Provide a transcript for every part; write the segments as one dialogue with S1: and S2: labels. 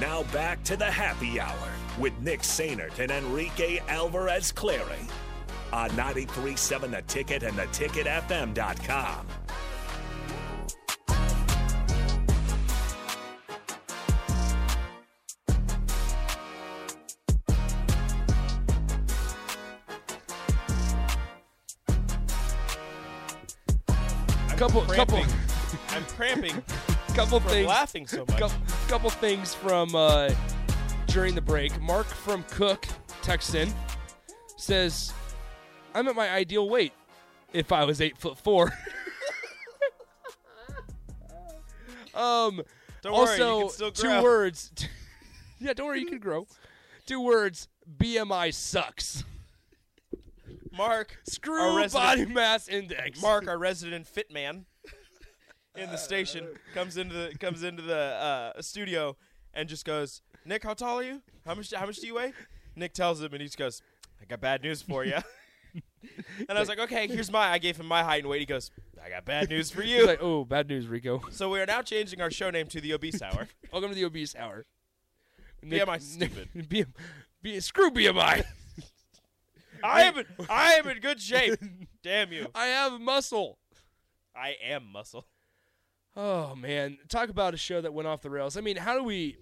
S1: Now back to the happy hour with Nick Sainert and Enrique Alvarez Clary on 93.7 The Ticket and theticketfm.com.
S2: I'm
S3: Couple- couple-
S2: cramping. I'm cramping
S3: couple
S2: from
S3: things.
S2: laughing so much.
S3: Couple, couple things from uh, during the break. Mark from Cook texts in, says, "I'm at my ideal weight. If I was eight foot four. um.
S2: Don't worry,
S3: also,
S2: you can still
S3: two
S2: grow.
S3: words. yeah, don't worry, you can grow. Two words. BMI sucks.
S2: Mark, our
S3: Screw
S2: resident,
S3: body mass index.
S2: Mark, our resident fit man in the station, comes into the comes into the uh, studio and just goes, "Nick, how tall are you? How much how much do you weigh?" Nick tells him, and he just goes, "I got bad news for you." and I was like, "Okay, here's my." I gave him my height and weight. He goes, "I got bad news for
S3: He's
S2: you."
S3: like, oh, bad news, Rico.
S2: so we are now changing our show name to the Obese Hour.
S3: Welcome to the obese hour.
S2: BMI
S3: Nick-
S2: stupid.
S3: B, B, screw BMI.
S2: I am in, I am in good shape. Damn you!
S3: I have muscle.
S2: I am muscle.
S3: Oh man, talk about a show that went off the rails. I mean, how do we?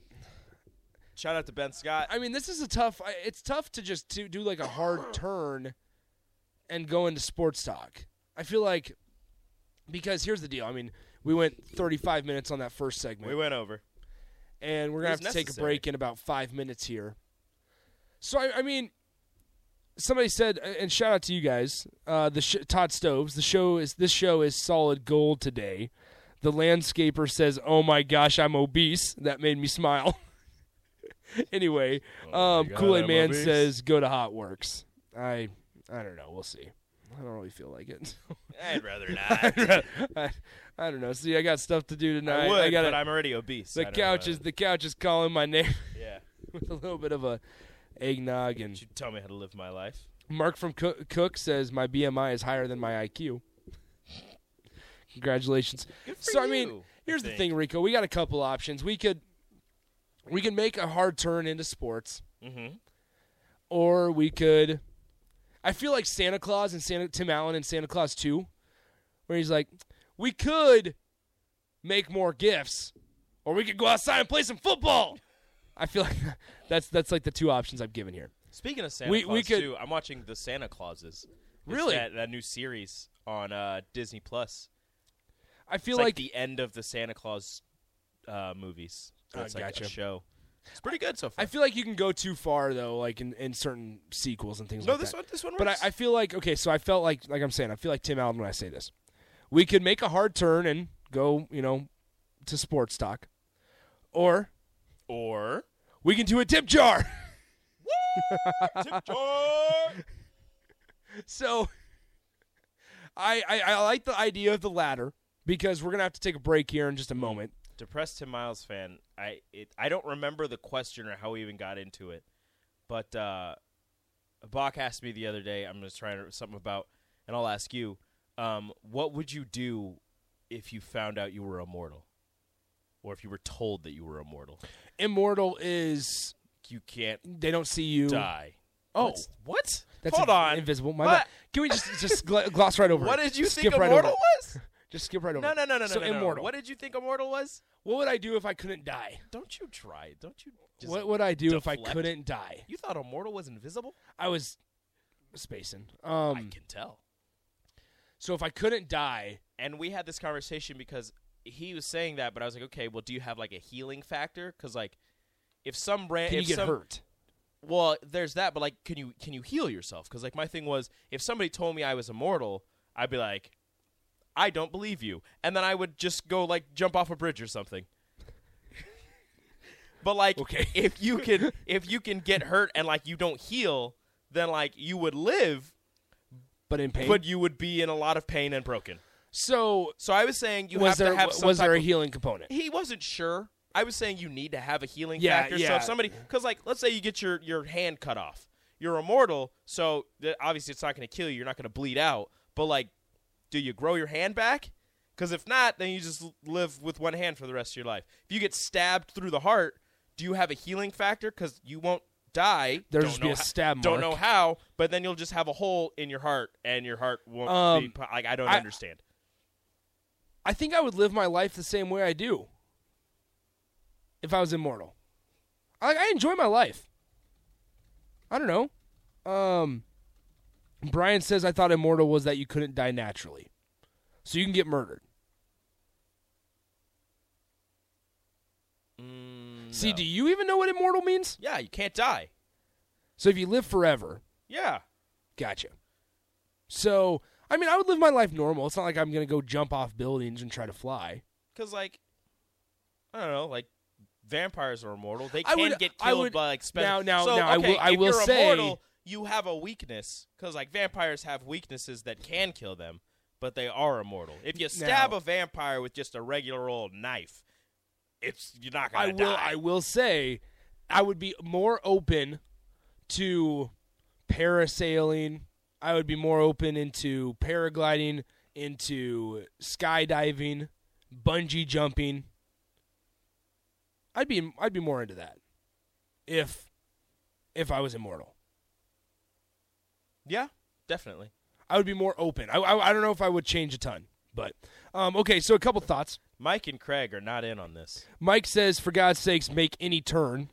S2: Shout out to Ben Scott.
S3: I mean, this is a tough. I- It's tough to just to do like a hard turn and go into sports talk. I feel like because here's the deal. I mean, we went 35 minutes on that first segment.
S2: We went over.
S3: and we're gonna
S2: It
S3: have
S2: was
S3: to take a
S2: necessary.
S3: break in about five minutes here. So I, I mean, somebody said, and shout out to you guys, uh, the sh- Todd Stoves. The show is this show is solid gold today. The landscaper says, "Oh my gosh, I'm obese." That made me smile. anyway, um,
S2: Oh God,
S3: Kool Aid
S2: I'm
S3: Man
S2: obese.
S3: says, "Go to Hot Works." I I don't know. We'll see. I don't really feel like it.
S2: I'd rather not.
S3: I, I don't know. See, I got stuff to do tonight.
S2: I would,
S3: got
S2: but I'm already obese. I
S3: the
S2: don't
S3: couch
S2: know.
S3: is the couch is calling my name.
S2: Yeah.
S3: with a little bit of a eggnog. And
S2: You tell me how to live my life.
S3: Mark from Cook, Cook says my BMI is higher than my IQ. Congratulations.
S2: for
S3: so I mean,
S2: you,
S3: here's
S2: I
S3: the
S2: think.
S3: thing, Rico. We got a couple options. We could we can make a hard turn into sports,
S2: Mhm.
S3: or we could. I feel like Santa Claus and Santa Tim Allen and Santa Claus Two, where he's like, we could make more gifts, or we could go outside and play some football. I feel like that's that's like the two options I'm given here.
S2: Speaking of Santa
S3: We-
S2: Claus,
S3: we could-
S2: too, I'm watching the Santa Clauses. It's
S3: Really?
S2: That, that new series on uh, Disney Plus.
S3: I feel
S2: It's like,
S3: like
S2: the end of the Santa Claus uh, movies. So
S3: Oh,
S2: it's like
S3: gotcha.
S2: a show. It's pretty good so far.
S3: I feel like you can go too far though, like in, in certain sequels and things
S2: no,
S3: like
S2: this
S3: that.
S2: one, this one.
S3: but I,
S2: works.
S3: I feel like okay, so I felt like like I'm saying, I feel like Tim Allen when I say this. We could make a hard turn and go, you know, to sports talk. Or
S2: or
S3: we can do a tip jar.
S2: Tip jar!
S3: so I, I I like the idea of the latter because we're gonna have to take a break here in just a moment.
S2: depressed Tim Miles fan. I it, I don't remember the question or how we even got into it, but uh, Bach asked me the other day. I'm just trying to something about, and I'll ask you. Um, what would you do if you found out you were immortal, or if you were told that you were immortal?
S3: Immortal is
S2: You can't
S3: they don't see you.
S2: die.
S3: Oh.
S2: What's- what?
S3: That's
S2: Hold
S3: in-
S2: on.
S3: invisible. My
S2: What?
S3: bad. Can we just just gl- gloss right over?
S2: What
S3: it?
S2: did you
S3: Skip
S2: think
S3: right
S2: immortal
S3: over it.
S2: was?
S3: Just skip right over.
S2: No,
S3: it.
S2: no, no, no,
S3: so
S2: no, no.
S3: immortal.
S2: What did you think immortal was?
S3: What would I do if I couldn't die?
S2: Don't you try. it. Don't you? Just
S3: What would I do if I
S2: deflect?
S3: couldn't die?
S2: You thought immortal was invisible?
S3: I was spacing.
S2: I
S3: Um,
S2: can tell.
S3: so if I couldn't die,
S2: and we had this conversation because he was saying that, but I was like, okay, well, do you have like a healing factor? Because like, if some brand,
S3: can
S2: if
S3: you get
S2: some,
S3: hurt?
S2: well, there's that, but like, can you can you heal yourself? Because like my thing was, if somebody told me I was immortal, I'd be like, I don't believe you, and then I would just go like jump off a bridge or something. but like,
S3: Okay.
S2: if you can if you can get hurt and like you don't heal, then like you would live,
S3: But in pain.
S2: but you would be in a lot of pain and broken.
S3: so
S2: So I was saying you
S3: was
S2: have
S3: there
S2: to have some
S3: was
S2: type
S3: there a
S2: of
S3: healing component?
S2: he wasn't sure. I was saying you need to have a healing
S3: Yeah,
S2: factor. So
S3: yeah.
S2: if somebody, because like, let's say you get your your hand cut off, you're immortal, so th- obviously it's not going to kill you. You're not going to bleed out. But like, do you grow your hand back? Because if not, then you just l- live with one hand for the rest of your life. If you get stabbed through the heart, do you have a healing factor? Because you won't die.
S3: There'll
S2: Don't
S3: just be
S2: know
S3: a
S2: ho-
S3: stab
S2: Don't
S3: mark.
S2: know how, but then you'll just have a hole in your heart, and your heart won't be.
S3: Um,
S2: po- Like I don't
S3: I-
S2: understand.
S3: I think I would live my life the same way I do if I was immortal. I, I enjoy my life. I don't know. Um, Brian says I thought immortal was that you couldn't die naturally, so you can get murdered. See,
S2: no.
S3: do you even know what immortal means?
S2: Mm, Yeah, you can't die.
S3: So if you live forever,
S2: Yeah,
S3: gotcha. So I mean, I would live my life normal. It's not like I'm gonna go jump off buildings and try to fly.
S2: because like I don't know, like vampires are immortal. They
S3: I
S2: can
S3: would-
S2: get
S3: I
S2: killed
S3: would-
S2: by like spe-
S3: now- now-
S2: so,
S3: now, I
S2: okay,
S3: will- I
S2: if
S3: will
S2: you're
S3: say-
S2: immortal, you have a weakness because like vampires have weaknesses that can kill them, but they are immortal. If you stab
S3: Now-
S2: a vampire with just a regular old knife, it's you're not
S3: I
S2: gonna
S3: will.
S2: die.
S3: I will say, I would be more open to parasailing. I would be more open into paragliding, into skydiving, bungee jumping. I'd be. I'd be more into that if if I was immortal.
S2: yeah, definitely.
S3: I would be more open. I, I, I don't know if I would change a ton, but um, okay. So a couple thoughts.
S2: Mike and Craig are not in on this.
S3: Mike says, "For God's sakes, make any turn."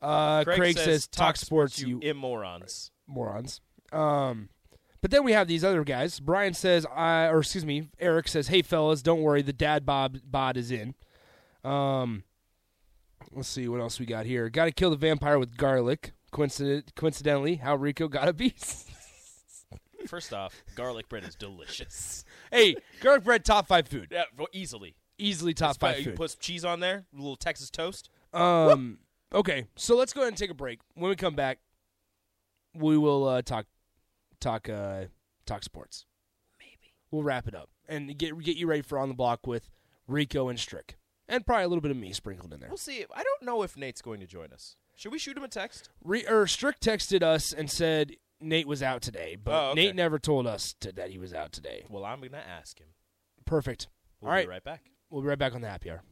S3: Uh, Craig, says, "Talk sports, you
S2: immorons."
S3: morons. Um, but then we have these other guys. Brian says, I, or excuse me, Eric says, hey, fellas, don't worry. The dad bod, bod is in. Um, let's see what else we got here. Got to kill the vampire with garlic. Coincident, coincidentally, how Rico got a beast.
S2: First off, garlic bread is delicious.
S3: hey, garlic bread, top five food.
S2: Yeah, well, easily.
S3: Easily top five
S2: you
S3: food.
S2: put some cheese on there, a little Texas toast.
S3: Um, okay, so let's go ahead and take a break. When we come back, we will uh, talk talk uh, talk sports. Maybe we'll wrap it up and get get you ready for on the block with Rico and Strick, and probably a little bit of me sprinkled in there.
S2: We'll see. I don't know if Nate's going to join us. Should we shoot him a text?
S3: Re- or Strick texted us and said Nate was out today, but
S2: Oh, okay.
S3: Nate never told us to, that he was out today.
S2: Well, I'm going to ask him.
S3: Perfect.
S2: We'll
S3: All
S2: be
S3: right,
S2: right back.
S3: we'll be right back on the happy hour.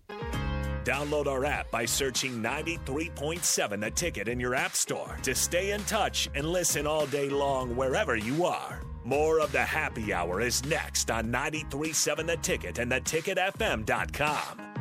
S1: Download our app by searching 93.7 The Ticket in your app store to stay in touch and listen all day long wherever you are. More of the happy hour is next on 93.7 The Ticket and theticketfm.com.